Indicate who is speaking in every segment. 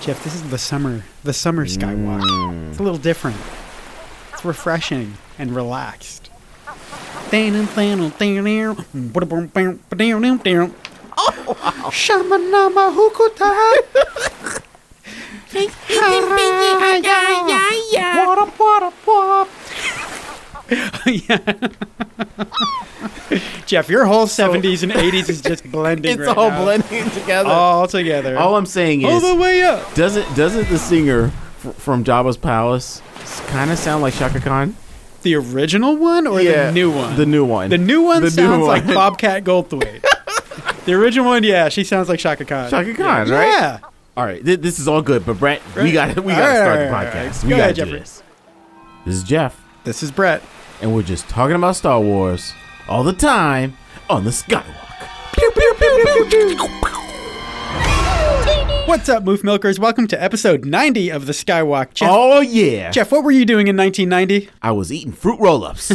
Speaker 1: Jeff, this is the summer, the summer skywalk. It's a little different. It's refreshing and relaxed. Oh, yeah. Jeff, your whole 70s and 80s is just blending
Speaker 2: It's
Speaker 1: right
Speaker 2: all
Speaker 1: now.
Speaker 2: blending together.
Speaker 1: All together.
Speaker 2: All I'm saying
Speaker 1: All
Speaker 2: is,
Speaker 1: the way up.
Speaker 2: doesn't doesn't the singer f- from Jabba's palace kind of sound like Shaka Khan?
Speaker 1: The original one or the new one?
Speaker 2: The new one.
Speaker 1: The new one
Speaker 2: The new
Speaker 1: sounds like
Speaker 2: one.
Speaker 1: Bobcat Goldthwait. the original one, yeah, she sounds like Shaka Khan.
Speaker 2: Shaka Khan,
Speaker 1: yeah.
Speaker 2: right?
Speaker 1: Yeah.
Speaker 2: All right, th- this is all good, but Brett, we
Speaker 1: Right.
Speaker 2: got to we
Speaker 1: All
Speaker 2: got to
Speaker 1: right,
Speaker 2: start the
Speaker 1: all right, all right.
Speaker 2: podcast.
Speaker 1: Go
Speaker 2: We got
Speaker 1: ahead,
Speaker 2: to do
Speaker 1: Jeffrey.
Speaker 2: this. This is Jeff,
Speaker 1: This is Brett.
Speaker 2: and we're just talking about Star Wars all the time on the Skywalk. Pew, pew, pew, pew, pew.
Speaker 1: What's up, Moof Milkers? Welcome to episode 90 of the Skywalk. Jeff,
Speaker 2: Oh yeah,
Speaker 1: Jeff, what were you doing in 1990?
Speaker 2: I was eating fruit roll-ups.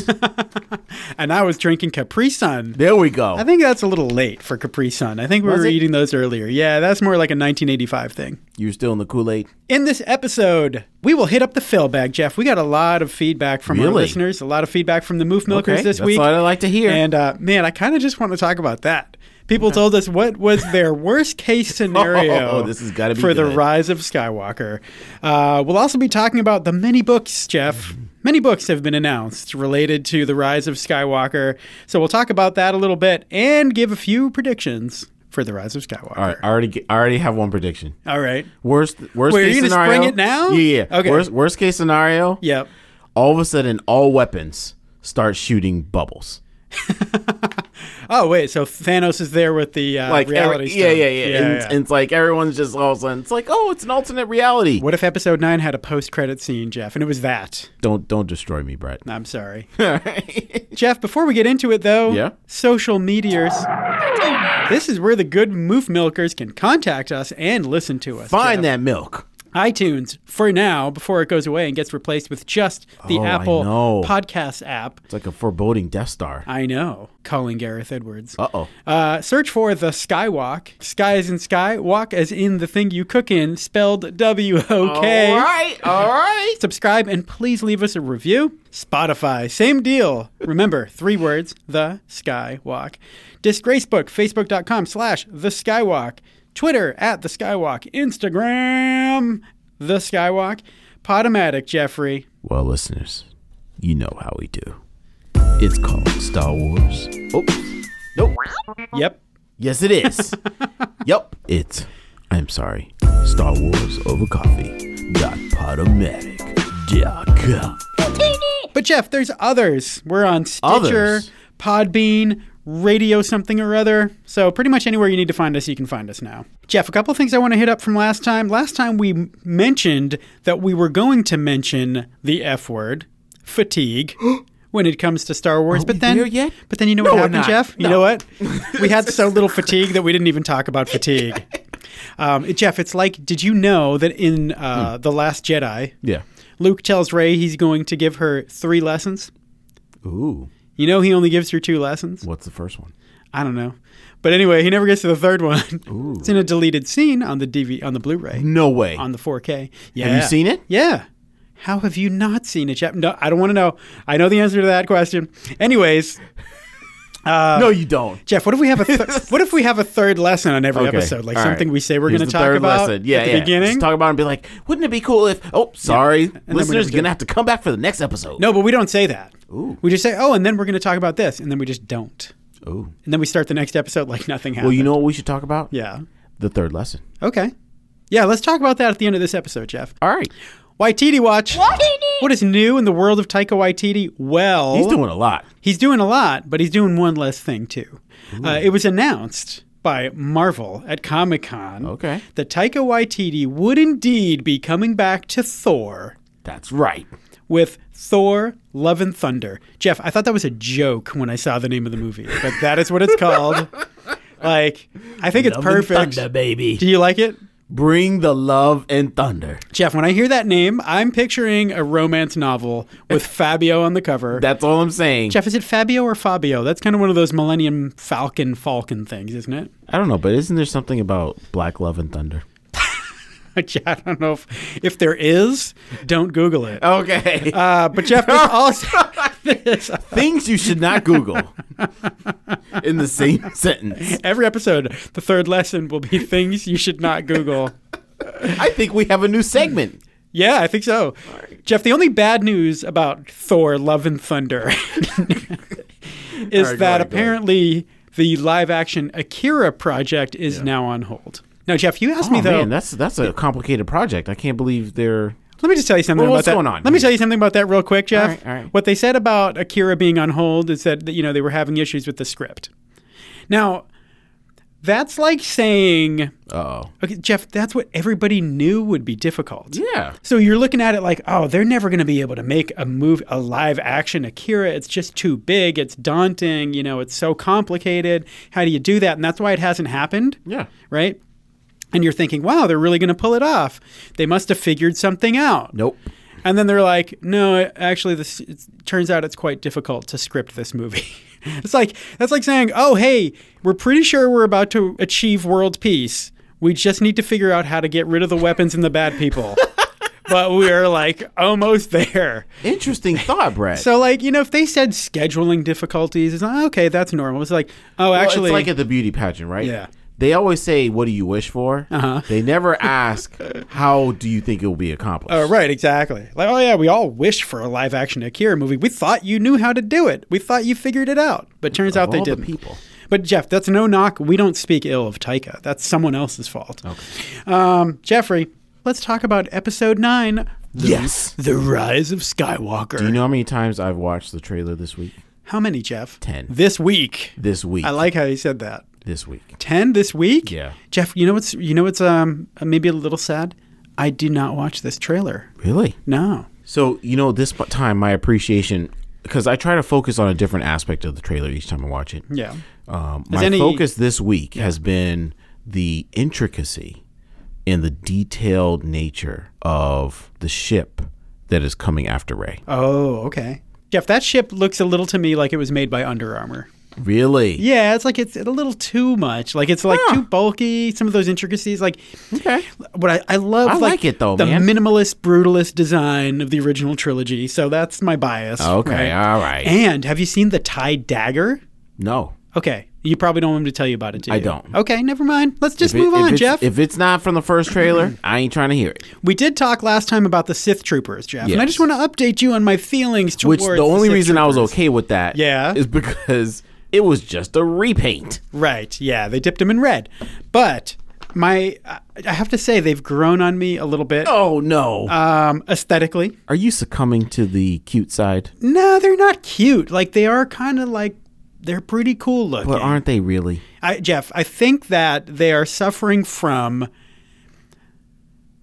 Speaker 1: And I was drinking Capri Sun.
Speaker 2: there we go.
Speaker 1: I think that's a little late for Capri Sun. I think we
Speaker 2: Was
Speaker 1: were
Speaker 2: it?
Speaker 1: eating those earlier. Yeah, that's more like a 1985 thing.
Speaker 2: You're still in the Kool-Aid.
Speaker 1: In this episode, we will hit up the fill bag, Jeff. We got a lot of feedback from our
Speaker 2: Really?
Speaker 1: listeners, a lot of feedback from the Moof Milkers this
Speaker 2: that's
Speaker 1: week.
Speaker 2: what I like to hear.
Speaker 1: And uh, man, I kind of just want to talk about that. People told us what was their worst case scenario
Speaker 2: Oh, this has gotta be
Speaker 1: for the
Speaker 2: good.
Speaker 1: rise of Skywalker. Uh, we'll also be talking about the many books, Jeff.
Speaker 2: Mm-hmm.
Speaker 1: Many books have been announced related to the rise of Skywalker. So we'll talk about that a little bit and give a few predictions for the rise of Skywalker.
Speaker 2: all right, I already get- I already have one prediction.
Speaker 1: All right.
Speaker 2: Worst worst
Speaker 1: Wait, are
Speaker 2: case
Speaker 1: you gonna
Speaker 2: scenario.
Speaker 1: spring it now?
Speaker 2: Yeah, yeah.
Speaker 1: Okay.
Speaker 2: Worst worst case scenario.
Speaker 1: Yep.
Speaker 2: All of a sudden, all weapons start shooting bubbles.
Speaker 1: Oh wait, so Thanos is there with the uh,
Speaker 2: Like
Speaker 1: reality
Speaker 2: every-
Speaker 1: stone.
Speaker 2: yeah, yeah, yeah, And, and it's like everyone's just all of a sudden. It's like, oh, it's an alternate reality.
Speaker 1: what if Episode Nine had a post-credit scene, Jeff, and it was that?
Speaker 2: Don't don't destroy me, Brett.
Speaker 1: I'm sorry.
Speaker 2: Alright.
Speaker 1: Jeff, before we get into it though,
Speaker 2: Yeah?
Speaker 1: social meteors. This is where the good moof milkers can contact us and listen to us.
Speaker 2: Find
Speaker 1: Jeff.
Speaker 2: that milk.
Speaker 1: iTunes for now before it goes away and gets replaced with just the
Speaker 2: Oh, I
Speaker 1: Apple
Speaker 2: know.
Speaker 1: Podcast app.
Speaker 2: It's like a foreboding Death Star.
Speaker 1: I know. Calling Gareth Edwards.
Speaker 2: Uh oh.
Speaker 1: Uh, search for the Skywalk. Sky is in sky. Walk as in the thing you cook in, spelled W O K.
Speaker 2: All right. All right.
Speaker 1: Subscribe and please leave us a review. Spotify, same deal. Remember, three words, the Skywalk. Disgracebook, facebook.com slash the Skywalk. Twitter at the Skywalk. Instagram, the Skywalk. Potomatic, Jeffrey.
Speaker 2: Well, listeners, you know how we do. It's called Star Wars. Oops. Nope.
Speaker 1: Yep.
Speaker 2: Yes, it is. yep. It's, I'm sorry, Star Wars over coffee. Dot podomatic.com.
Speaker 1: But Jeff, there's others. We're on Stitcher,
Speaker 2: Others?
Speaker 1: Podbean, Radio something or other. So pretty much anywhere you need to find us, you can find us now. Jeff, a couple of things I want to hit up from last time. Last time we m- mentioned that we were going to mention the F word, fatigue. When it comes to Star Wars, but
Speaker 2: we
Speaker 1: then,
Speaker 2: there yet?
Speaker 1: but then you know
Speaker 2: No,
Speaker 1: what
Speaker 2: we're
Speaker 1: happened,
Speaker 2: not.
Speaker 1: Jeff? You
Speaker 2: No.
Speaker 1: know what? We had so little fatigue that we didn't even talk about fatigue. Um, Jeff, it's like, did you know that in
Speaker 2: Hmm.
Speaker 1: uh, the Last Jedi,
Speaker 2: Yeah.
Speaker 1: Luke tells Ray he's going to give her three lessons.
Speaker 2: Ooh.
Speaker 1: You know, he only gives her two lessons.
Speaker 2: What's the first one?
Speaker 1: I don't know, but anyway, he never gets to the third one. It's in a deleted scene on the DV on the Blu-ray
Speaker 2: No way.
Speaker 1: on the 4K. Yeah,
Speaker 2: Have you seen it?
Speaker 1: Yeah. How have you not seen it, Jeff? No, I don't want to know. I know the answer to that question. Anyways,
Speaker 2: no, you don't.
Speaker 1: Jeff, what if we have a th- what if we have a third lesson on every
Speaker 2: Okay.
Speaker 1: episode, like
Speaker 2: All right.
Speaker 1: something we say we're
Speaker 2: Here's
Speaker 1: going to
Speaker 2: the
Speaker 1: talk
Speaker 2: third
Speaker 1: about
Speaker 2: lesson. Yeah,
Speaker 1: at the
Speaker 2: yeah.
Speaker 1: beginning?
Speaker 2: Just talk about it and be like, wouldn't it be cool if? Oh, sorry,
Speaker 1: we
Speaker 2: listeners,
Speaker 1: never
Speaker 2: gonna
Speaker 1: do.
Speaker 2: have to come back for the next episode.
Speaker 1: no, but we don't say that.
Speaker 2: Ooh.
Speaker 1: We just say, "Oh, and then we're going to talk about this," and then we just don't.
Speaker 2: Ooh.
Speaker 1: And then we start the next episode like nothing happened.
Speaker 2: Well, you know what we should talk about?
Speaker 1: Yeah.
Speaker 2: The third lesson.
Speaker 1: Okay. Yeah, let's talk about that at the end of this episode, Jeff.
Speaker 2: All right.
Speaker 1: Waititi Watch. What is new in the world of Taika Waititi? Well,
Speaker 2: He's doing a lot.
Speaker 1: he's doing a lot, but he's doing one less thing, too. Uh, it was announced by Marvel at Comic Con
Speaker 2: Okay.
Speaker 1: that Taika Waititi would indeed be coming back to Thor
Speaker 2: That's right.
Speaker 1: with Thor Love and Thunder. Jeff, I thought that was a joke when I saw the name of the movie, but that is what it's called. like, I think it's
Speaker 2: Love and
Speaker 1: perfect.
Speaker 2: thunder, baby.
Speaker 1: Do you like it?
Speaker 2: Bring the love and thunder.
Speaker 1: Jeff, when I hear that name, I'm picturing a romance novel with Fabio on the cover.
Speaker 2: That's all I'm saying.
Speaker 1: Jeff, is it Fabio or Fabio? That's kind of one of those Millennium Falcon Falcon things, isn't it?
Speaker 2: I don't know, but isn't there something about black love and thunder?
Speaker 1: much. I don't know if, if there is. Don't Google
Speaker 2: Oh.
Speaker 1: it.
Speaker 2: Okay.
Speaker 1: Uh, but Jeff Bezos also this
Speaker 2: Things you should not Google in the same sentence.
Speaker 1: every episode. The third lesson will be things you should not Google.
Speaker 2: I think we have a new segment.
Speaker 1: Yeah, I think so. Jeff, the only bad news about Thor: Love and Thunder is
Speaker 2: ahead, go
Speaker 1: that
Speaker 2: ahead.
Speaker 1: apparently the live-action Akira project is now on hold. Now, Jeff, you asked me
Speaker 2: Oh,
Speaker 1: though.
Speaker 2: man, that's that's a complicated project. I can't believe they're.
Speaker 1: Let me just tell you something
Speaker 2: Well,
Speaker 1: about
Speaker 2: what's
Speaker 1: that.
Speaker 2: going on?
Speaker 1: Let me tell you something about that real quick, Jeff.
Speaker 2: All right, all right.
Speaker 1: What they said about Akira being on hold is that you know they were having issues with the script. Now, that's like saying,
Speaker 2: Oh,
Speaker 1: okay, Jeff, that's what everybody knew would be difficult.
Speaker 2: yeah.
Speaker 1: So you're looking at it like, oh, they're never going to be able to make a move, a live action Akira. It's just too big. It's daunting. You know, it's so complicated. How do you do that? And that's why it hasn't happened
Speaker 2: Yeah.
Speaker 1: right? And you're thinking, wow, they're really going to pull it off. They must have figured something out.
Speaker 2: Nope.
Speaker 1: And then they're like, no, it- actually, this it turns out it's quite difficult to script this movie. it's like that's like saying, oh, hey, we're pretty sure we're about to achieve world peace. We just need to figure out how to get rid of the weapons and the bad people. but we are like almost there.
Speaker 2: Interesting thought, Brad.
Speaker 1: So, like, you know, if they said scheduling difficulties, it's like, okay, that's normal. It's like, oh,
Speaker 2: Well,
Speaker 1: actually,
Speaker 2: it's like at the beauty pageant, right?
Speaker 1: Yeah.
Speaker 2: They always say, "What do you wish for?"
Speaker 1: Uh-huh.
Speaker 2: They never ask, "How do you think it will be accomplished?"
Speaker 1: Oh, right, exactly. Like, oh yeah, we all wish for a live action Akira movie. We thought you knew how to do it. We thought you figured it out. But turns out they
Speaker 2: all the
Speaker 1: didn't.
Speaker 2: people.
Speaker 1: But Jeff, that's no knock. We don't speak ill of Taika. That's someone else's fault. Okay. Um, Jeffrey, let's talk about episode nine. The,
Speaker 2: Yes.
Speaker 1: The Rise of Skywalker.
Speaker 2: You know how many times I've watched the trailer this week?
Speaker 1: how many, Jeff?
Speaker 2: Ten.
Speaker 1: This week.
Speaker 2: This week.
Speaker 1: I like how you said that.
Speaker 2: this week.
Speaker 1: Ten this week?
Speaker 2: Yeah.
Speaker 1: Jeff, you know what's you know what's um maybe a little sad? I did not watch this trailer.
Speaker 2: Really?
Speaker 1: No.
Speaker 2: So you know, this p- time my appreciation because I try to focus on a different aspect of the trailer each time I watch it.
Speaker 1: Yeah.
Speaker 2: Um, my
Speaker 1: any-
Speaker 2: focus this week has been the intricacy and the detailed nature of the ship that is coming after Ray.
Speaker 1: Oh, okay. Jeff, that ship looks a little to me like it was made by Under Armour.
Speaker 2: Really?
Speaker 1: Yeah, it's like it's a little too much. Like it's like
Speaker 2: Huh.
Speaker 1: too bulky. Some of those intricacies, like
Speaker 2: Okay.
Speaker 1: what I, I love.
Speaker 2: I like it, though,
Speaker 1: The
Speaker 2: man.
Speaker 1: minimalist, brutalist design of the original trilogy. So that's my bias. right?
Speaker 2: Okay. All right.
Speaker 1: And have you seen the tie dagger?
Speaker 2: no.
Speaker 1: Okay, you probably don't want me to tell you about it. Do
Speaker 2: I
Speaker 1: you?
Speaker 2: don't.
Speaker 1: Okay, never mind. Let's just
Speaker 2: If it-
Speaker 1: move
Speaker 2: if
Speaker 1: on,
Speaker 2: it's-
Speaker 1: Jeff.
Speaker 2: If it's not from the first trailer, I ain't trying to hear it.
Speaker 1: we did talk last time about the Sith troopers, Jeff, and I
Speaker 2: Yes.
Speaker 1: just want to update you on my feelings
Speaker 2: Which
Speaker 1: towards
Speaker 2: the only
Speaker 1: Sith
Speaker 2: reason I was
Speaker 1: troopers.
Speaker 2: okay with that,
Speaker 1: Yeah.
Speaker 2: is because it was just a repaint.
Speaker 1: Right. Yeah, they dipped him in red. But my, I I have to say, they've grown on me a little bit
Speaker 2: Oh no!
Speaker 1: um, aesthetically.
Speaker 2: Are you succumbing to the cute side?
Speaker 1: No, they're not cute. Like they are kind of like they're pretty cool looking.
Speaker 2: But aren't they really?
Speaker 1: I, Jeff, I think that they are suffering from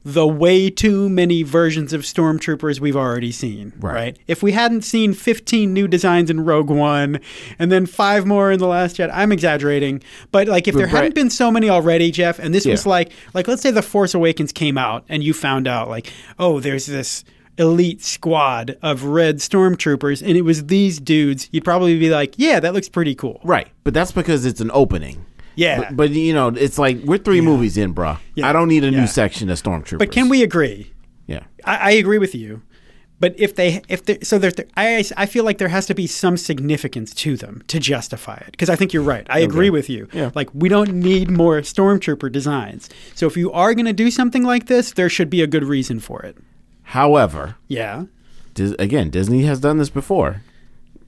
Speaker 1: the way too many versions of stormtroopers we've already seen. Right. If we hadn't seen 15 new designs in Rogue One and then five more in The Last Jedi, I'm exaggerating, but like if there
Speaker 2: Right.
Speaker 1: hadn't been so many already, Jeff, and this was
Speaker 2: Yeah.
Speaker 1: like like let's say The Force Awakens came out and you found out like, "Oh, there's this elite squad of red stormtroopers and it was these dudes." You'd probably be like, "Yeah, that looks pretty cool."
Speaker 2: Right, but that's because it's an opening.
Speaker 1: Yeah.
Speaker 2: but, but, you know, it's like we're three movies in, bruh. I don't need a
Speaker 1: Yeah.
Speaker 2: new section of stormtroopers.
Speaker 1: But can we agree?
Speaker 2: Yeah,
Speaker 1: I, I agree with you. But if they, if they, so there's, I, I feel like there has to be some significance to them to justify it. Because I think you're right. I agree with you.
Speaker 2: Yeah.
Speaker 1: Like we don't need more stormtrooper designs. So if you are going to do something like this, there should be a good reason for it.
Speaker 2: however,
Speaker 1: Yeah.
Speaker 2: Dis- again, Disney has done this before,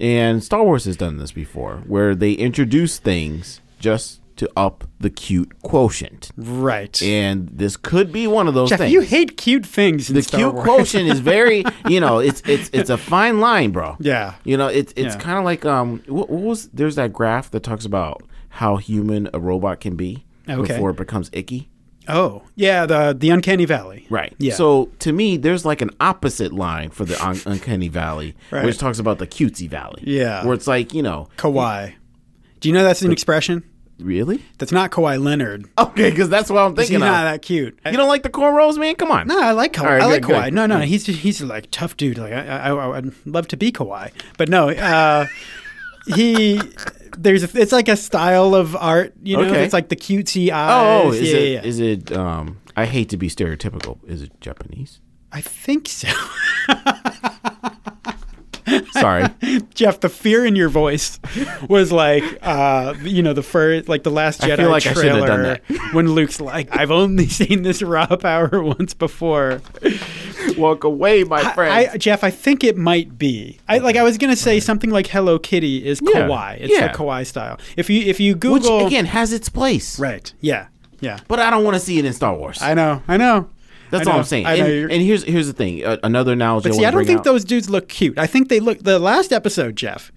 Speaker 2: and Star Wars has done this before, where they introduce things just to up the cute quotient.
Speaker 1: Right.
Speaker 2: And this could be one of those
Speaker 1: Mm-hmm. Jeff,
Speaker 2: things.
Speaker 1: you hate cute things. In
Speaker 2: the
Speaker 1: Star
Speaker 2: cute
Speaker 1: Wars.
Speaker 2: quotient is very, you know, it's it's it's a fine line, bro.
Speaker 1: Yeah.
Speaker 2: You know, it's it's
Speaker 1: Yeah.
Speaker 2: kind of like um, what, what was there's that graph that talks about how human a robot can be
Speaker 1: Okay.
Speaker 2: before it becomes icky.
Speaker 1: Oh yeah. The the uncanny valley.
Speaker 2: Right.
Speaker 1: Yeah.
Speaker 2: So to me, there's like an opposite line for the un- uncanny valley,
Speaker 1: Right.
Speaker 2: which talks about the cutesy valley.
Speaker 1: Yeah.
Speaker 2: Where it's like, you know,
Speaker 1: kawaii. Do you know that's an expression?
Speaker 2: really?
Speaker 1: That's not Kawhi Leonard.
Speaker 2: Okay, because that's what I'm
Speaker 1: He's
Speaker 2: thinking.
Speaker 1: not
Speaker 2: Of.
Speaker 1: that cute.
Speaker 2: You don't like the cornrows, man? Come on.
Speaker 1: No, I like Kawhi.
Speaker 2: All right,
Speaker 1: I
Speaker 2: good,
Speaker 1: like
Speaker 2: good. Mm.
Speaker 1: Kawhi. No, no, no. He's he's like tough dude. Like I, I, I would love to be Kawhi, but no, uh, he there's a, it's like a style of art. You know,
Speaker 2: Okay.
Speaker 1: it's like the cutesy eyes.
Speaker 2: Oh, is
Speaker 1: yeah,
Speaker 2: it? Is
Speaker 1: yeah, yeah.
Speaker 2: it um I hate to be stereotypical. Is it Japanese?
Speaker 1: I think so.
Speaker 2: Sorry.
Speaker 1: Jeff, the fear in your voice was like, uh, you know, the first, like the last Jedi
Speaker 2: feel like I should
Speaker 1: trailer
Speaker 2: have done
Speaker 1: when Luke's like, I've only seen this raw power once before.
Speaker 2: Walk away, my
Speaker 1: I, I- Jeff, I think it might be. I like. I was gonna say something like "Hello Kitty" is
Speaker 2: Yeah.
Speaker 1: kawaii. It's
Speaker 2: Yeah.
Speaker 1: the kawaii style. If you if you
Speaker 2: Which
Speaker 1: Google,
Speaker 2: again has its place.
Speaker 1: right? Yeah, yeah.
Speaker 2: But I don't want to see it in Star Wars.
Speaker 1: I know. I know.
Speaker 2: That's
Speaker 1: I
Speaker 2: all
Speaker 1: know,
Speaker 2: I'm saying.
Speaker 1: I know. you're-
Speaker 2: And, and here's here's the thing. Uh, another analogy.
Speaker 1: See, I
Speaker 2: wanna
Speaker 1: don't
Speaker 2: bring
Speaker 1: think
Speaker 2: out-
Speaker 1: those dudes look cute. I think they look. The last episode, Jeff,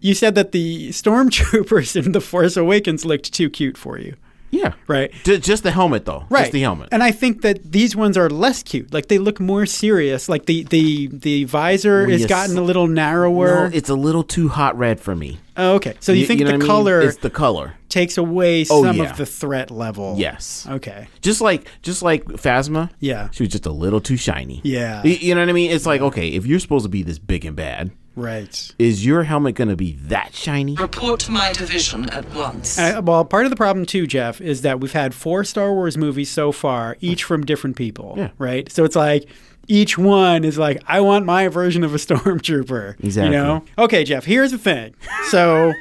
Speaker 1: you said that the stormtroopers in The Force Awakens looked too cute for you,
Speaker 2: Yeah.
Speaker 1: right?
Speaker 2: Ju- just the helmet though.
Speaker 1: Right.
Speaker 2: Just the helmet.
Speaker 1: And I think that these ones are less cute. Like they look more serious. Like the the the visor has
Speaker 2: yes.
Speaker 1: gotten a little narrower.
Speaker 2: No, it's a little too hot red for me.
Speaker 1: oh, okay. So you, think
Speaker 2: know
Speaker 1: the
Speaker 2: what I mean?
Speaker 1: color
Speaker 2: It's the color.
Speaker 1: takes away
Speaker 2: Oh,
Speaker 1: some
Speaker 2: yeah.
Speaker 1: of the threat level?
Speaker 2: Yes.
Speaker 1: Okay.
Speaker 2: Just like just like Phasma.
Speaker 1: Yeah.
Speaker 2: She was just a little too shiny.
Speaker 1: Yeah.
Speaker 2: Y- You know what I mean? It's like okay, if you're supposed to be this big and bad,
Speaker 1: Right.
Speaker 2: is your helmet going to be that shiny?
Speaker 3: Report to my division at once.
Speaker 1: I, Uh, well, part of the problem too, Jeff, is that we've had four Star Wars movies so far, each from different people,
Speaker 2: Yeah.
Speaker 1: right? So it's like each one is like, I want my version of a stormtrooper.
Speaker 2: Exactly.
Speaker 1: You know? Okay, Jeff. Here's the thing. So,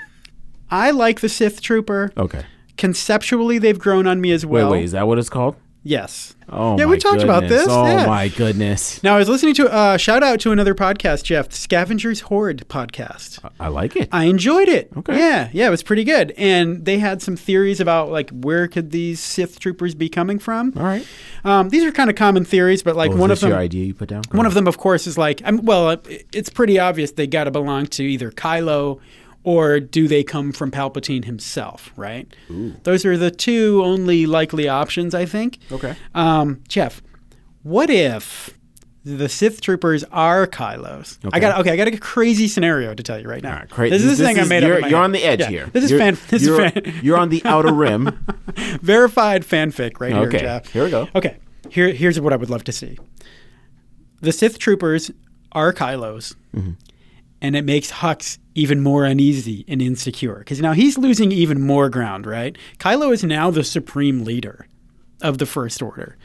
Speaker 1: I like the Sith trooper.
Speaker 2: Okay.
Speaker 1: Conceptually, they've grown on me as
Speaker 2: Oh. Wait,
Speaker 1: well.
Speaker 2: wait, is that what it's called?
Speaker 1: Yes.
Speaker 2: Oh,
Speaker 1: yeah,
Speaker 2: my
Speaker 1: we talked about
Speaker 2: goodness.
Speaker 1: this.
Speaker 2: Oh
Speaker 1: yeah.
Speaker 2: my goodness,
Speaker 1: Now I was listening to uh, shout out to another podcast, Jeff, the Scavengers Horde podcast.
Speaker 2: I like it.
Speaker 1: I enjoyed it.
Speaker 2: Uh, Okay.
Speaker 1: Yeah, yeah, it was pretty good. And they had some theories about like where could these Sith troopers be coming from.
Speaker 2: All right.
Speaker 1: Um, these are kind of common theories, but like
Speaker 2: Oh, is
Speaker 1: one of
Speaker 2: this
Speaker 1: them,
Speaker 2: your idea you put down?
Speaker 1: one of them, of course, is like, I'm, well, it, it's pretty obvious they got to belong to either Kylo or do they come from Palpatine himself, right? Those are the two only likely options, I think.
Speaker 2: Okay.
Speaker 1: Um, Jeff, what if the Sith troopers are Kylos? I
Speaker 2: Okay.
Speaker 1: got okay. I got a crazy scenario to tell you right now.
Speaker 2: All right, cra-
Speaker 1: This is the thing I made up. in
Speaker 2: You're,
Speaker 1: my
Speaker 2: you're
Speaker 1: head.
Speaker 2: on the edge
Speaker 1: Yeah,
Speaker 2: here.
Speaker 1: This is
Speaker 2: You're-
Speaker 1: fan. This
Speaker 2: you're,
Speaker 1: is fan.
Speaker 2: you're on the outer rim.
Speaker 1: verified fanfic right
Speaker 2: Okay,
Speaker 1: here, Jeff.
Speaker 2: here we go.
Speaker 1: Okay, here here's what I would love to see. The Sith troopers are Kylos, and it makes Hux even more uneasy and insecure because now he's losing even more ground. Right, Kylo is now the supreme leader of the First Order.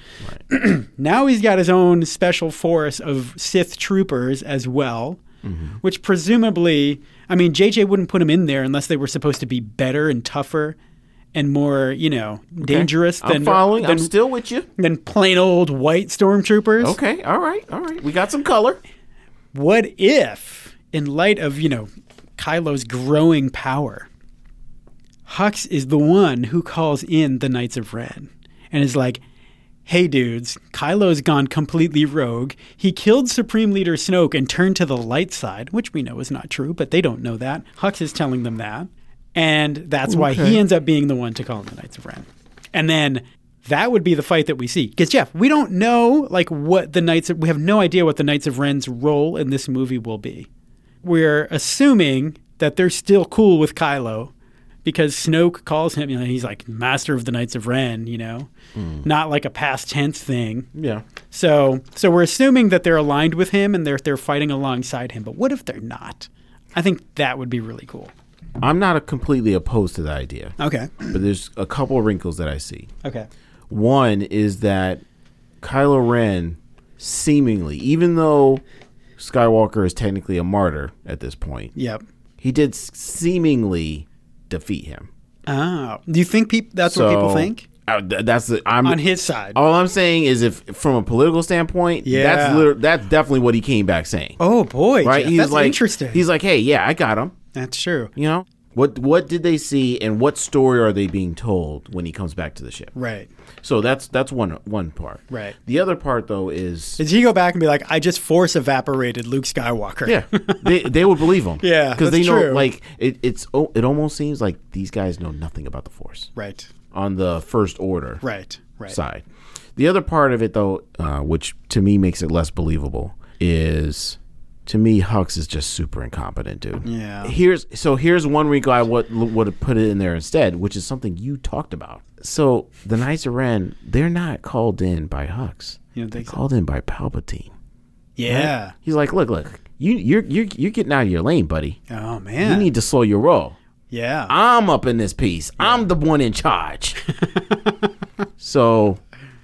Speaker 1: now he's got his own special force of Sith troopers as well.
Speaker 2: Mm-hmm.
Speaker 1: Which presumably, I mean, JJ wouldn't put him in there unless they were supposed to be better and tougher and more, you know, dangerous
Speaker 2: I'm
Speaker 1: than
Speaker 2: following.
Speaker 1: than,
Speaker 2: I'm still with you.
Speaker 1: than plain old white stormtroopers.
Speaker 2: Okay. All right. All right. We got some color.
Speaker 1: What if, in light of you know, Kylo's growing power, Hux is the one who calls in the Knights of Ren and is like, "Hey, dudes, Kylo's gone completely rogue. He killed Supreme Leader Snoke and turned to the light side, which we know is not true, but they don't know that. Hux is telling them that, and that's why he ends up being the one to call in the Knights of Ren. And then that would be the fight that we see. Because Jeff, we don't know like what the Knights. Of, we have no idea what the Knights of Ren's role in this movie will be. We're assuming that they're still cool with Kylo because Snoke calls him. You know, he's like Master of the Knights of Ren. You know,
Speaker 2: Hmm.
Speaker 1: not like a past tense thing.
Speaker 2: Yeah.
Speaker 1: So, so we're assuming that they're aligned with him and they're they're fighting alongside him. But what if they're not? I think that would be really cool.
Speaker 2: I'm not a completely opposed to the idea,
Speaker 1: Okay.
Speaker 2: but there's a couple of wrinkles that I see.
Speaker 1: Okay.
Speaker 2: One is that Kylo Ren, seemingly, even though Skywalker is technically a martyr at this point,
Speaker 1: Yep.
Speaker 2: he did seemingly defeat him.
Speaker 1: Oh, do you think peop- that's what people
Speaker 2: So, oh,
Speaker 1: think
Speaker 2: I- th- that's the, I'm
Speaker 1: on his side?
Speaker 2: All I'm saying is, if from a political standpoint, that's
Speaker 1: Yeah.
Speaker 2: liter- that's definitely what he came back saying.
Speaker 1: Oh boy,
Speaker 2: right?
Speaker 1: Jeff,
Speaker 2: he's
Speaker 1: that's
Speaker 2: like,
Speaker 1: interesting.
Speaker 2: He's like, hey, yeah, I got him.
Speaker 1: that's true.
Speaker 2: You know what? What did they see, and what story are they being told when he comes back to the ship?
Speaker 1: Right.
Speaker 2: So that's that's one one part.
Speaker 1: Right.
Speaker 2: The other part though is
Speaker 1: Did he go back and be like, I just force evaporated Luke Skywalker?
Speaker 2: yeah, they they will believe him.
Speaker 1: Yeah,
Speaker 2: because they
Speaker 1: that's
Speaker 2: know
Speaker 1: true.
Speaker 2: like it, it's oh, it almost seems like these guys know nothing about the Force
Speaker 1: Right.
Speaker 2: on the First Order
Speaker 1: Right. Right.
Speaker 2: side. The other part of it though, uh, which to me makes it less believable, is to me Hux is just super incompetent, dude.
Speaker 1: Yeah.
Speaker 2: Here's so here's one wrinkle I would would have put it in there instead, which is something you talked about. So the Knights of Ren, they're not called in by Hux.
Speaker 1: You don't
Speaker 2: they're
Speaker 1: think so?
Speaker 2: called in by Palpatine.
Speaker 1: Yeah.
Speaker 2: He's like, look, look, you you're you're you're getting out of your lane, buddy.
Speaker 1: Oh man.
Speaker 2: You need to slow your roll.
Speaker 1: yeah.
Speaker 2: I'm up in this piece. I'm the one in charge. so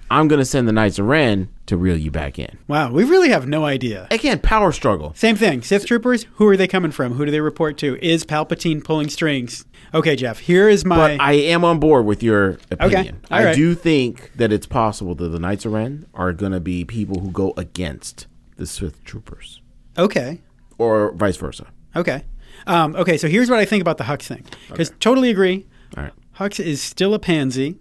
Speaker 2: I'm gonna send the Knights of Ren to reel you back in.
Speaker 1: Wow, we really have no idea.
Speaker 2: Again, power struggle.
Speaker 1: Same thing. Sith troopers, who are they coming from? Who do they report to? Is Palpatine pulling strings? Okay, Jeff, here is my.
Speaker 2: But I am on board with your opinion.
Speaker 1: All
Speaker 2: I
Speaker 1: right.
Speaker 2: do think that it's possible that the Knights of Ren are going to be people who go against the Sith Troopers,
Speaker 1: okay.
Speaker 2: or vice versa.
Speaker 1: Okay. Um, okay, so here's what I think about the Hux thing. Because totally agree.
Speaker 2: All right.
Speaker 1: Hux is still a pansy.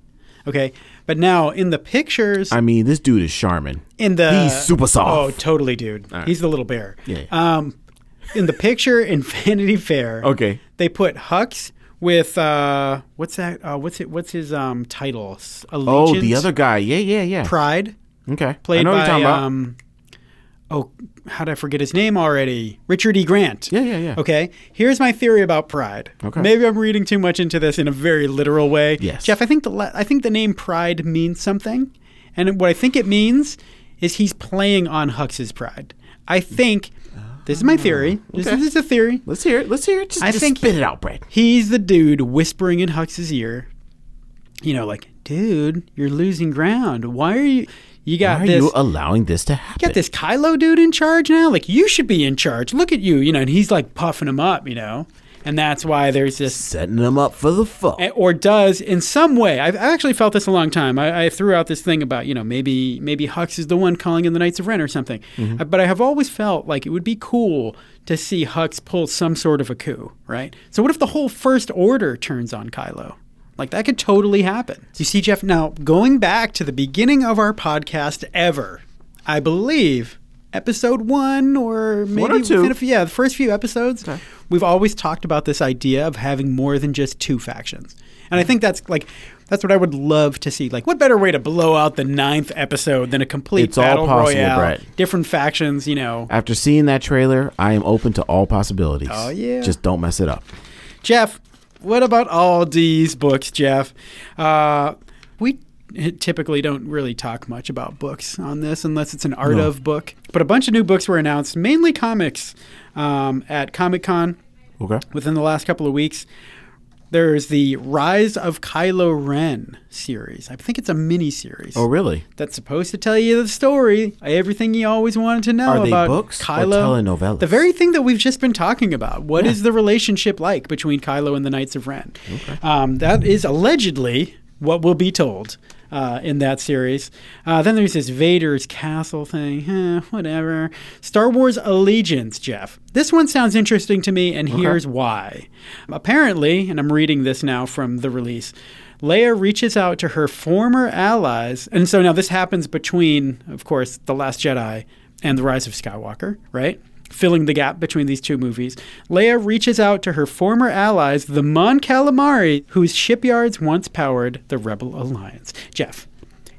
Speaker 1: Okay. But now in the pictures,
Speaker 2: I mean, this dude is Charmin.
Speaker 1: in the
Speaker 2: he's super
Speaker 1: Oh,
Speaker 2: soft.
Speaker 1: totally, dude. He's the little bear.
Speaker 2: Yeah,
Speaker 1: Um, in the picture in Vanity Fair,
Speaker 2: Okay.
Speaker 1: they put Hux with uh, what's that? Uh, what's it? What's his um title? S-
Speaker 2: Oh,
Speaker 1: Allegiance?
Speaker 2: the other guy. Yeah, yeah, yeah.
Speaker 1: Pride
Speaker 2: okay.
Speaker 1: played
Speaker 2: I know what
Speaker 1: by
Speaker 2: you're talking about.
Speaker 1: um. Oh, how did I forget his name already? Richard E. Grant.
Speaker 2: yeah, yeah, yeah.
Speaker 1: Okay, here's my theory about pride.
Speaker 2: Okay.
Speaker 1: Maybe I'm reading too much into this in a very literal way.
Speaker 2: Yes.
Speaker 1: Jeff, I think the la- I think the name pride means something, and what I think it means is he's playing on Hux's pride. I think this is my theory. This,
Speaker 2: Ah, okay.
Speaker 1: this is a theory.
Speaker 2: Let's hear it. Let's hear it. Just,
Speaker 1: I
Speaker 2: just
Speaker 1: think-
Speaker 2: spit it out, Brad.
Speaker 1: He's the dude whispering in Hux's ear. You know, like, dude, you're losing ground. Why are you? You got
Speaker 2: Why are
Speaker 1: this.
Speaker 2: you allowing this to happen?
Speaker 1: got this Kylo dude in charge now. Like you should be in charge. Look at you, you know. And he's like puffing him up, you know. And that's why there's this,
Speaker 2: Setting them up for the fuck.
Speaker 1: or does in some way. I've I actually felt this a long time. I, I threw out this thing about you know maybe maybe Hux is the one calling in the Knights of Ren or something. Uh,
Speaker 2: Mm-hmm.
Speaker 1: But I have always felt like it would be cool to see Hux pull some sort of a coup, right? So what if the whole First Order turns on Kylo? Like that could totally happen. You see, Jeff. Now going back to the beginning of our podcast ever, I believe episode one or maybe
Speaker 2: or two.
Speaker 1: within a few- yeah, the first few episodes, we've always talked about this idea of having more than just two factions, and I think that's like that's what I would love to see. Like, what better way to blow out the ninth episode than a complete
Speaker 2: It's all
Speaker 1: battle
Speaker 2: possible,
Speaker 1: royale,
Speaker 2: Brett.
Speaker 1: different factions, you know?
Speaker 2: After seeing that trailer, I am open to all possibilities.
Speaker 1: Oh, yeah.
Speaker 2: Just don't mess it up.
Speaker 1: Jeff, what about all these books, Jeff? Uh, we typically don't really talk much about books on this unless it's an art of book. But a bunch of new books were announced, mainly comics, um, at Comic Con
Speaker 2: Okay.
Speaker 1: within the last couple of weeks. There's the Rise of Kylo Ren series. I think it's a mini series
Speaker 2: Oh, really?
Speaker 1: that's supposed to tell you the story, everything you always wanted to know
Speaker 2: Are they
Speaker 1: about
Speaker 2: books or
Speaker 1: Kylo.
Speaker 2: telenovelas?
Speaker 1: The very thing that we've just been talking about. What is the relationship like between Kylo and the Knights of Ren? Um, that is allegedly what will be told uh, in that series. Uh, then there's this Vader's castle thing. Eh, whatever. Star Wars Allegiance, Jeff. This one sounds interesting to me, and here's why. Apparently, and I'm reading this now from the release. Leia reaches out to her former allies, and so now this happens between, of course, The Last Jedi and The Rise of Skywalker, right? Filling the gap between these two movies, Leia reaches out to her former allies, the Mon Calamari, whose shipyards once powered the Rebel Alliance. Jeff,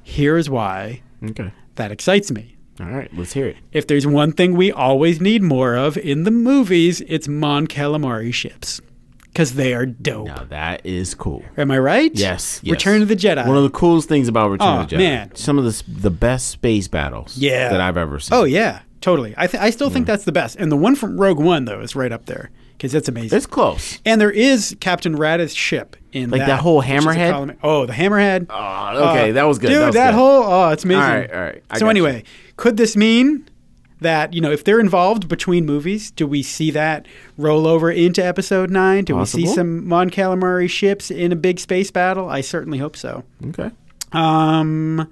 Speaker 1: here's why
Speaker 2: Okay.
Speaker 1: that excites me.
Speaker 2: All right. Let's hear it.
Speaker 1: If there's one thing we always need more of in the movies, it's Mon Calamari ships, because they are dope.
Speaker 2: Now that is cool.
Speaker 1: Am I right?
Speaker 2: Yes, yes.
Speaker 1: Return of the Jedi.
Speaker 2: One of the coolest things about Return
Speaker 1: Aw,
Speaker 2: of the Jedi.
Speaker 1: man.
Speaker 2: Some of the s- the best space battles.
Speaker 1: Yeah.
Speaker 2: That I've ever seen.
Speaker 1: Oh yeah, totally. I th- I still think that's the best, and the one from Rogue One though is right up there because that's amazing.
Speaker 2: it's close.
Speaker 1: and there is Captain Rada's ship in
Speaker 2: Like
Speaker 1: that,
Speaker 2: that whole
Speaker 1: which is a
Speaker 2: hammerhead?
Speaker 1: column- Oh, the hammerhead.
Speaker 2: Oh, okay, that was good.
Speaker 1: Uh, Dude,
Speaker 2: that,
Speaker 1: that,
Speaker 2: was good.
Speaker 1: whole oh, it's amazing.
Speaker 2: All right, all right. I
Speaker 1: so
Speaker 2: got
Speaker 1: anyway, could this mean that you know if they're involved between movies, do we see that roll over into Episode Nine? Do we see
Speaker 2: Possible.
Speaker 1: some Mon Calamari ships in a big space battle? I certainly hope so.
Speaker 2: Okay.
Speaker 1: Um,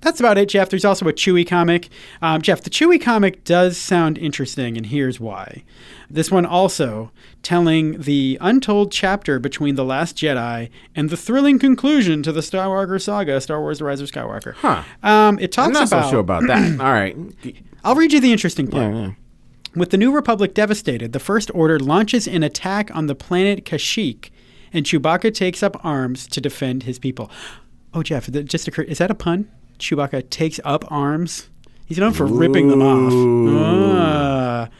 Speaker 1: that's about it, Jeff. There's also a Chewy comic. Um, Jeff, the Chewy comic does sound interesting, and here's why. This one also telling the untold chapter between The Last Jedi and the thrilling conclusion to the Skywalker saga, Star Wars The Rise of Skywalker.
Speaker 2: Huh.
Speaker 1: Um, it talks
Speaker 2: I'm not
Speaker 1: about.
Speaker 2: so sure about that. All right.
Speaker 1: I'll read you the interesting part.
Speaker 2: Yeah, yeah.
Speaker 1: With the New Republic devastated, the First Order launches an attack on the planet Kashyyyk, and Chewbacca takes up arms to defend his people. Oh, Jeff, that just occurred. Is that a pun? Chewbacca takes up arms. He's known for ripping them
Speaker 2: Ooh.
Speaker 1: off.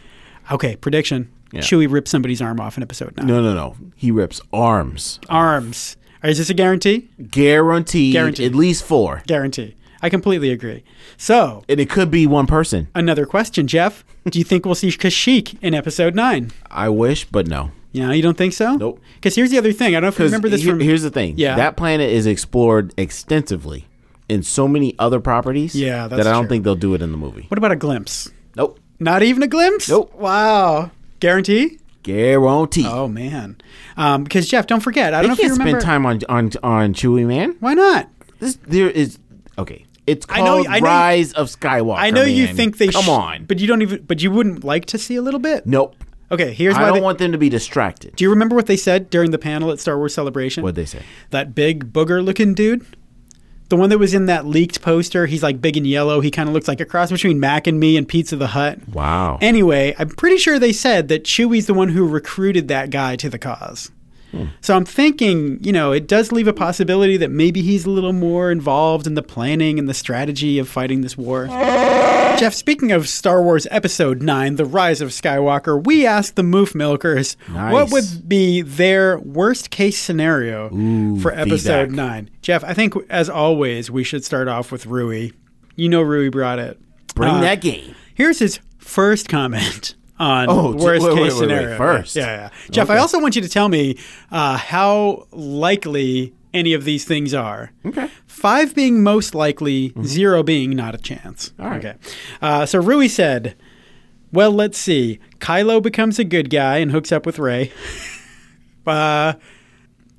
Speaker 1: Ah. okay, prediction. Chewie rips somebody's arm off in episode nine.
Speaker 2: No, no, no. He rips arms.
Speaker 1: Arms. Is this a guarantee?
Speaker 2: Guaranteed,
Speaker 1: Guaranteed.
Speaker 2: At least four.
Speaker 1: Guarantee. I completely agree. So,
Speaker 2: And it could be one person.
Speaker 1: another question, Jeff. Do you think we'll see Kashyyyk in episode nine?
Speaker 2: I wish, but no.
Speaker 1: Yeah, you don't think so?
Speaker 2: Nope.
Speaker 1: Because here's the other thing. I don't know if you remember this
Speaker 2: Here-
Speaker 1: from
Speaker 2: here's the thing.
Speaker 1: Yeah.
Speaker 2: That planet is explored extensively. in so many other properties.
Speaker 1: Yeah, that's
Speaker 2: that I don't
Speaker 1: true.
Speaker 2: think they'll do it in the movie.
Speaker 1: What about a glimpse?
Speaker 2: Nope,
Speaker 1: Not even a glimpse?
Speaker 2: Nope.
Speaker 1: Wow. Guarantee?
Speaker 2: guarantee.
Speaker 1: Oh, man. Um, because, Jeff, don't forget. I don't
Speaker 2: they
Speaker 1: know if
Speaker 2: can't
Speaker 1: you remember.
Speaker 2: spend time on on on Chewie, man.
Speaker 1: Why not?
Speaker 2: This there is okay. It's
Speaker 1: I know-
Speaker 2: called
Speaker 1: I know-
Speaker 2: Rise of Skywalker.
Speaker 1: I know you
Speaker 2: man.
Speaker 1: think they
Speaker 2: come
Speaker 1: sh-
Speaker 2: on,
Speaker 1: But you don't even. But you wouldn't like to see a little bit?
Speaker 2: nope.
Speaker 1: Okay, here's why.
Speaker 2: I don't
Speaker 1: they-
Speaker 2: want them to be distracted.
Speaker 1: do you remember what they said during the panel at Star Wars Celebration?
Speaker 2: What'd they say?
Speaker 1: That big booger looking dude? The one that was in that leaked poster. He's like big and yellow. He kind of looks like a cross between Mac and me and Pizza the Hut.
Speaker 2: Wow.
Speaker 1: Anyway, I'm pretty sure they said that Chewie's the one who recruited that guy to the cause. So I'm thinking, you know, it does leave a possibility that maybe he's a little more involved in the planning and the strategy of fighting this war. Jeff, speaking of Star Wars Episode 9, The Rise of Skywalker, we asked the Moof Milkers what
Speaker 2: Nice.
Speaker 1: would be their worst case scenario for Episode
Speaker 2: feedback.
Speaker 1: 9. Jeff, I think, as always, we should start off with Rui. You know, Rui brought it.
Speaker 2: Bring
Speaker 1: Uh,
Speaker 2: that game.
Speaker 1: Here's his first comment on
Speaker 2: Oh, t-
Speaker 1: worst
Speaker 2: wait,
Speaker 1: case
Speaker 2: wait, wait, wait,
Speaker 1: scenario.
Speaker 2: first.
Speaker 1: yeah, yeah. Jeff, I also want you to tell me uh, how likely any of these things are.
Speaker 2: Okay.
Speaker 1: Five being most likely, zero being not a chance.
Speaker 2: Mm-hmm. right.
Speaker 1: Okay. Uh, so Rui said, "Well, let's see. Kylo becomes a good guy and hooks up with Ray. uh,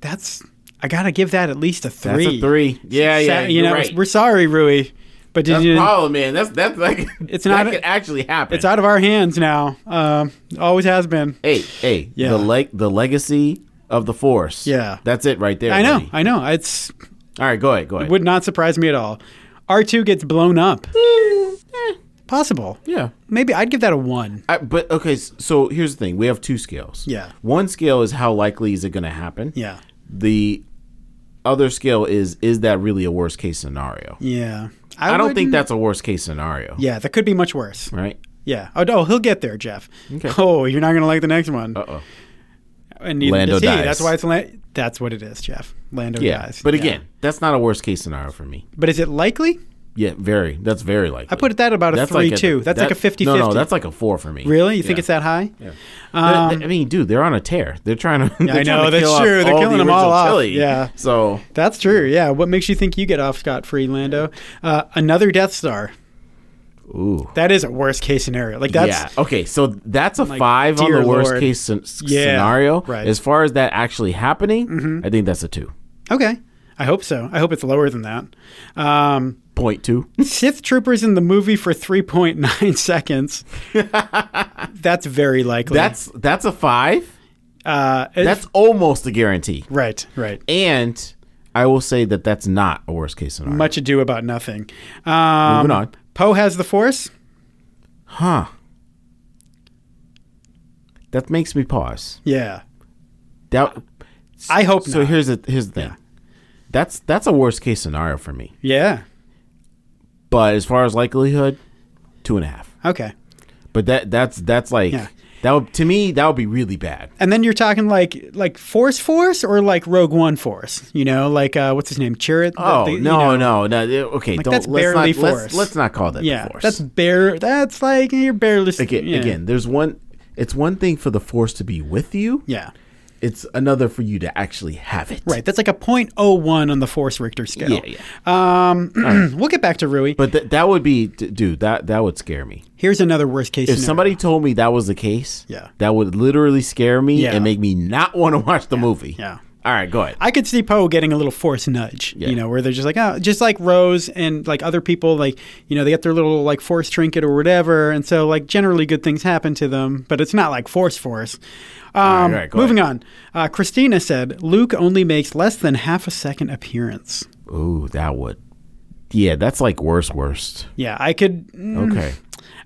Speaker 1: that's I gotta give that at least a
Speaker 2: That's
Speaker 1: three.
Speaker 2: a three. Yeah, yeah.
Speaker 1: Sa- you
Speaker 2: you're
Speaker 1: know,
Speaker 2: right.
Speaker 1: we're sorry, Rui, but did
Speaker 2: That's
Speaker 1: you?
Speaker 2: the problem, man. That's that's like
Speaker 1: It's
Speaker 2: it's
Speaker 1: not
Speaker 2: not
Speaker 1: a-
Speaker 2: that could actually happen.
Speaker 1: It's out of our hands now. Um, always has been.
Speaker 2: hey, hey,
Speaker 1: Yeah.
Speaker 2: the leg the legacy of the force.
Speaker 1: Yeah.
Speaker 2: That's it right there.
Speaker 1: I know.
Speaker 2: buddy.
Speaker 1: I know. It's
Speaker 2: All right, go ahead, go ahead.
Speaker 1: would not surprise me at all. R two gets blown up. Possible.
Speaker 2: yeah.
Speaker 1: Maybe I'd give that a one.
Speaker 2: I, but okay, s- so here's the thing. We have two scales.
Speaker 1: Yeah.
Speaker 2: One scale is how likely is it going to happen?
Speaker 1: Yeah.
Speaker 2: The other scale is is that really a worst case scenario?
Speaker 1: Yeah.
Speaker 2: I, don't think
Speaker 1: wouldn't-
Speaker 2: that's a worst case scenario.
Speaker 1: Yeah, that could be much worse.
Speaker 2: Right?
Speaker 1: Yeah. Oh no, he'll get there, Jeff.
Speaker 2: Okay.
Speaker 1: Oh, you're not gonna like the next one. Uh
Speaker 2: Uh-oh.
Speaker 1: And neither
Speaker 2: Lando
Speaker 1: does he.
Speaker 2: dies.
Speaker 1: That's why it's La- that's what it is, Jeff. Lando
Speaker 2: Yeah.
Speaker 1: dies.
Speaker 2: But
Speaker 1: Yeah.
Speaker 2: again, that's not a worst case scenario for me.
Speaker 1: but is it likely?
Speaker 2: Yeah, very. That's very likely.
Speaker 1: I put it that about a three two. That's like a 50-50.
Speaker 2: No, no, that's like a four for me.
Speaker 1: really. You think
Speaker 2: Yeah.
Speaker 1: it's that high?
Speaker 2: They're-
Speaker 1: Um,
Speaker 2: they- I mean, dude, they're on a tear. They're trying to. they're
Speaker 1: I
Speaker 2: trying
Speaker 1: know,
Speaker 2: to
Speaker 1: that's
Speaker 2: kill off
Speaker 1: true. They're
Speaker 2: all
Speaker 1: killing
Speaker 2: the
Speaker 1: them all
Speaker 2: original
Speaker 1: off.
Speaker 2: Chili.
Speaker 1: Yeah.
Speaker 2: So
Speaker 1: That's true. Yeah. What makes you think you get off scot free, Lando? Uh, another Death Star.
Speaker 2: Ooh.
Speaker 1: That is a worst case scenario. Like that's
Speaker 2: yeah. Okay. So that's a five on
Speaker 1: dear
Speaker 2: the worst
Speaker 1: Lord.
Speaker 2: case sen- s-
Speaker 1: Yeah,
Speaker 2: scenario.
Speaker 1: right. Mm-hmm.
Speaker 2: As far as that actually happening, I think that's a two
Speaker 1: okay. I hope so. I hope it's lower than that. Um,
Speaker 2: point two.
Speaker 1: Sith troopers in the movie for three point nine seconds. that's very likely.
Speaker 2: That's that's a five.
Speaker 1: uh, it-
Speaker 2: That's almost a guarantee.
Speaker 1: right. Right.
Speaker 2: And I will say that that's not a worst case scenario.
Speaker 1: Much ado about nothing. Um,
Speaker 2: Moving on.
Speaker 1: Poe has the Force.
Speaker 2: Huh. That makes me pause.
Speaker 1: Yeah.
Speaker 2: That
Speaker 1: I hope
Speaker 2: so.
Speaker 1: not.
Speaker 2: Here's the here's the thing. That's that's a worst case scenario for me.
Speaker 1: Yeah.
Speaker 2: But as far as likelihood, two and a half.
Speaker 1: Okay.
Speaker 2: But that that's that's like
Speaker 1: Yeah.
Speaker 2: that would to me that would be really bad.
Speaker 1: And then you're talking like like Force Force or like Rogue One Force. You know, like uh, what's his name, Chirrut. The-
Speaker 2: Oh
Speaker 1: the- you
Speaker 2: no,
Speaker 1: know.
Speaker 2: no no eh, okay don't
Speaker 1: that's
Speaker 2: let's
Speaker 1: barely
Speaker 2: not
Speaker 1: force.
Speaker 2: let's, let's not call that
Speaker 1: Yeah,
Speaker 2: the force.
Speaker 1: that's bare. That's like you're barely
Speaker 2: again,
Speaker 1: yeah.
Speaker 2: again there's one it's one thing for the force to be with you.
Speaker 1: Yeah,
Speaker 2: It's another for you to actually have it.
Speaker 1: right. That's like a 0.01 on the force Richter scale. Um,
Speaker 2: Yeah, yeah.
Speaker 1: We'll get back to Rui.
Speaker 2: But th- that would be d- dude, that that would scare me.
Speaker 1: Here's another worst case.
Speaker 2: If
Speaker 1: scenario.
Speaker 2: somebody told me that was the case,
Speaker 1: Yeah.
Speaker 2: that would literally scare me
Speaker 1: Yeah.
Speaker 2: and make me not want to watch the movie.
Speaker 1: yeah.
Speaker 2: All right, go ahead.
Speaker 1: I could see Poe getting a little force nudge,
Speaker 2: Yeah.
Speaker 1: you know, where they're just like, oh, just like Rose and like other people, like, you know, they get their little like force trinket or whatever. And so, like, generally good things happen to them, but it's not like force force. Um,
Speaker 2: right, go
Speaker 1: moving on. Uh, Christina said, Luke only makes less than half a second appearance.
Speaker 2: Ooh, that would. Yeah, that's like worst, worst.
Speaker 1: Yeah, I could.
Speaker 2: Okay.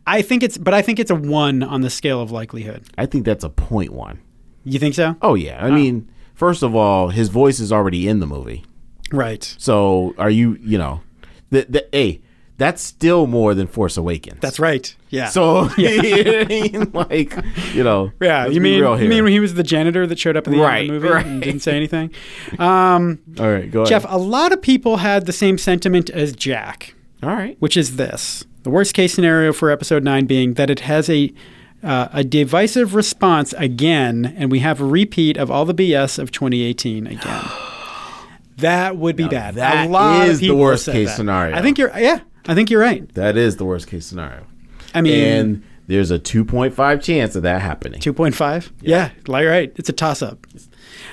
Speaker 1: I think it's, but I think it's a one on the scale of likelihood.
Speaker 2: I think that's a point one.
Speaker 1: You think so?
Speaker 2: Oh, yeah. I mean, first of all, his voice is already in the movie.
Speaker 1: Right.
Speaker 2: So are you, you know, the, the, hey, that's still more than Force Awakens.
Speaker 1: That's right. Yeah.
Speaker 2: So, you know what I mean? like, you know.
Speaker 1: yeah,
Speaker 2: let's
Speaker 1: you
Speaker 2: be
Speaker 1: mean
Speaker 2: real
Speaker 1: you
Speaker 2: here.
Speaker 1: mean when he was the janitor that showed up in the, end
Speaker 2: Right,
Speaker 1: of the movie and
Speaker 2: right.
Speaker 1: didn't say anything? Um,
Speaker 2: all right, go
Speaker 1: Jeff,
Speaker 2: ahead.
Speaker 1: a lot of people had the same sentiment as Jack,
Speaker 2: All right.
Speaker 1: which is this: the worst case scenario for Episode Nine being that it has a uh, a divisive response again, and we have a repeat of all the BS of 2018 again. That would be bad.
Speaker 2: that
Speaker 1: a lot
Speaker 2: is
Speaker 1: of
Speaker 2: the
Speaker 1: people
Speaker 2: worst
Speaker 1: said
Speaker 2: case
Speaker 1: that.
Speaker 2: scenario.
Speaker 1: I think you're. Yeah, I think you're right.
Speaker 2: That is the worst case scenario.
Speaker 1: I mean,
Speaker 2: and there's a 2.5 chance of that happening.
Speaker 1: Two point five. Yeah, like right. It's a toss up.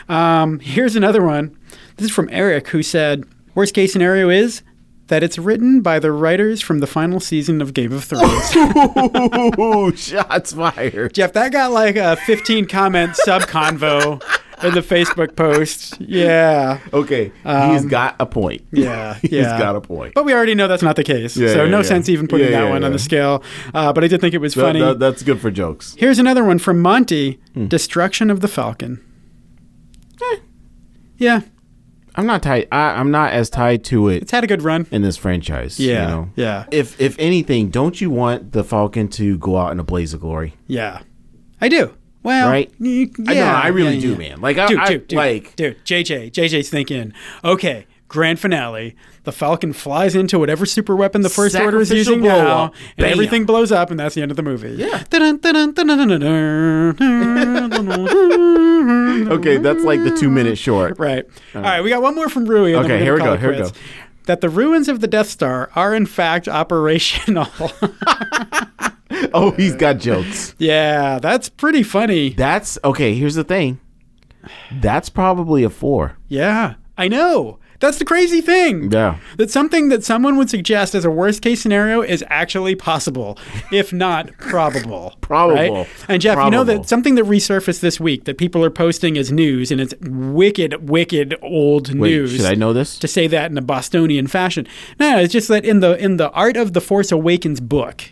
Speaker 1: Um, here's another one. This is from Eric, who said, "Worst case scenario is that it's written by the writers from the final season of Game of Thrones."
Speaker 2: Ooh, shots fired.
Speaker 1: Jeff, that got like a 15 comment sub convo in the Facebook post. Yeah,
Speaker 2: Okay, he's got a point.
Speaker 1: Um, yeah,
Speaker 2: he's
Speaker 1: yeah.
Speaker 2: got a point.
Speaker 1: But we already know that's not the case,
Speaker 2: Yeah,
Speaker 1: so
Speaker 2: yeah,
Speaker 1: no
Speaker 2: yeah.
Speaker 1: sense even putting
Speaker 2: Yeah,
Speaker 1: that
Speaker 2: yeah,
Speaker 1: one on
Speaker 2: yeah.
Speaker 1: the scale. Uh, but I did think it was
Speaker 2: That-
Speaker 1: funny.
Speaker 2: that- Hmm. that's good for jokes.
Speaker 1: Here's another one from Monty: Destruction of the Falcon.
Speaker 2: Eh.
Speaker 1: Yeah,
Speaker 2: I'm not tied. I, I'm not as tied to
Speaker 1: it's
Speaker 2: it
Speaker 1: had a good run.
Speaker 2: in this franchise. you
Speaker 1: Yeah,
Speaker 2: know?
Speaker 1: yeah.
Speaker 2: If if anything, don't you want the Falcon to go out in a blaze of glory?
Speaker 1: Yeah, I do. Well,
Speaker 2: Right?
Speaker 1: y- Yeah,
Speaker 2: I know. I really
Speaker 1: yeah,
Speaker 2: do,
Speaker 1: yeah.
Speaker 2: man. Like I,
Speaker 1: Dude,
Speaker 2: I-
Speaker 1: dude, dude,
Speaker 2: like
Speaker 1: dude, JJ, JJ's thinking, okay, grand finale. The Falcon flies into whatever super weapon the First Order is
Speaker 2: Sacrificial
Speaker 1: using
Speaker 2: blow
Speaker 1: now,
Speaker 2: up.
Speaker 1: and
Speaker 2: Bam.
Speaker 1: everything blows up, and that's the end of the movie.
Speaker 2: Yeah.
Speaker 1: Dun, dun, dun, dun, dun, dun, dun, dun, dun, dun.
Speaker 2: okay, that's like the two minute short.
Speaker 1: Right. All right, we got one more from Rui. and then
Speaker 2: Okay,
Speaker 1: we're
Speaker 2: here we
Speaker 1: gonna
Speaker 2: go,
Speaker 1: call
Speaker 2: here
Speaker 1: it
Speaker 2: we go.
Speaker 1: quits. That the ruins of the Death Star are in fact operational.
Speaker 2: Oh, he's got jokes.
Speaker 1: yeah, that's pretty funny.
Speaker 2: That's okay. Here's the thing. That's probably a four.
Speaker 1: Yeah, I know. That's the crazy thing.
Speaker 2: Yeah.
Speaker 1: That something that someone would suggest as a worst case scenario is actually possible, if not probable.
Speaker 2: Probable.
Speaker 1: Right? And Jeff, you know
Speaker 2: Probable.
Speaker 1: that something that resurfaced this week that people are posting as news, and it's wicked, wicked old
Speaker 2: Wait,
Speaker 1: news.
Speaker 2: should I know this?
Speaker 1: To say that in a Bostonian fashion. No, it's just that in the in the Art of the Force Awakens book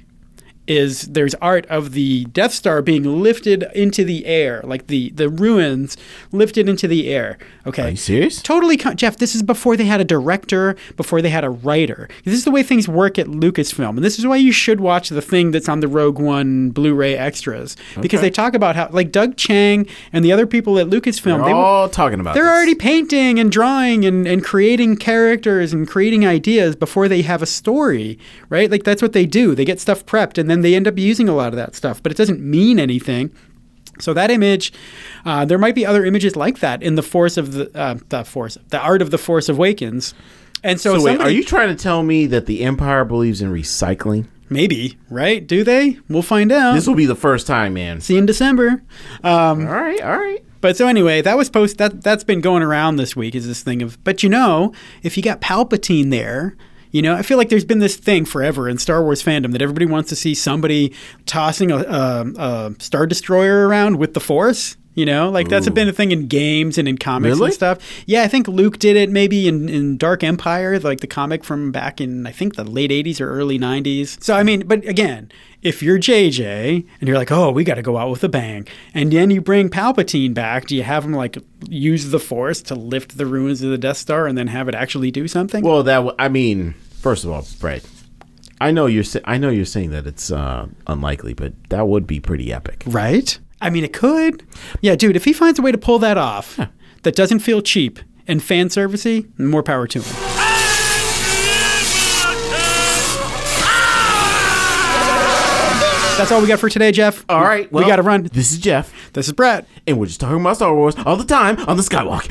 Speaker 1: is there's art of the Death Star being lifted into the air, like the the ruins lifted into the air. Okay.
Speaker 2: Are you serious?
Speaker 1: Totally, con- Jeff. This is before they had a director, before they had a writer. This is the way things work at Lucasfilm, and this is why you should watch the thing that's on the Rogue One Blu-ray extras because they talk about how, like Doug Chang and the other people at Lucasfilm, they
Speaker 2: They're
Speaker 1: were-
Speaker 2: all talking about.
Speaker 1: they're
Speaker 2: this.
Speaker 1: already painting and drawing and, and creating characters and creating ideas before they have a story, right? Like that's what they do. They get stuff prepped and then they end up using a lot of that stuff, but it doesn't mean anything. So that image, uh, there might be other images like that in the force of the uh, the force, the art of the Force Awakens, and so,
Speaker 2: So wait,
Speaker 1: somebody-
Speaker 2: are you trying to tell me that the Empire believes in recycling?
Speaker 1: maybe right? Do they? We'll find out.
Speaker 2: This will be the first time, man.
Speaker 1: See you in December. Um,
Speaker 2: All right, all right.
Speaker 1: But so anyway, that was post that that's been going around this week is this thing of but you know, if you got Palpatine there, you know, I feel like there's been this thing forever in Star Wars fandom that everybody wants to see somebody tossing a, a, a star destroyer around with the Force. You know, like that's been a thing in games and in comics
Speaker 2: Really?
Speaker 1: and stuff. Yeah, I think Luke did it maybe in, in Dark Empire, like the comic from back in I think the late '80s or early '90s. So I mean, but again, if you're JJ and you're like, oh, we got to go out with a bang, and then you bring Palpatine back, do you have him like use the Force to lift the ruins of the Death Star and then have it actually do something?
Speaker 2: Well, that w- I mean, first of all, Brett, I know you're sa- I know you're saying that it's uh, unlikely, but that would be pretty epic.
Speaker 1: Right? I mean, it could. Yeah, dude, if he finds a way to pull that off that doesn't feel cheap and fan servicey, more power to him. That's all we got for today, Jeff.
Speaker 2: All right,
Speaker 1: we got to run.
Speaker 2: This is Jeff,
Speaker 1: This is Brett.
Speaker 2: and we're just talking about Star Wars all the time on the Skywalk.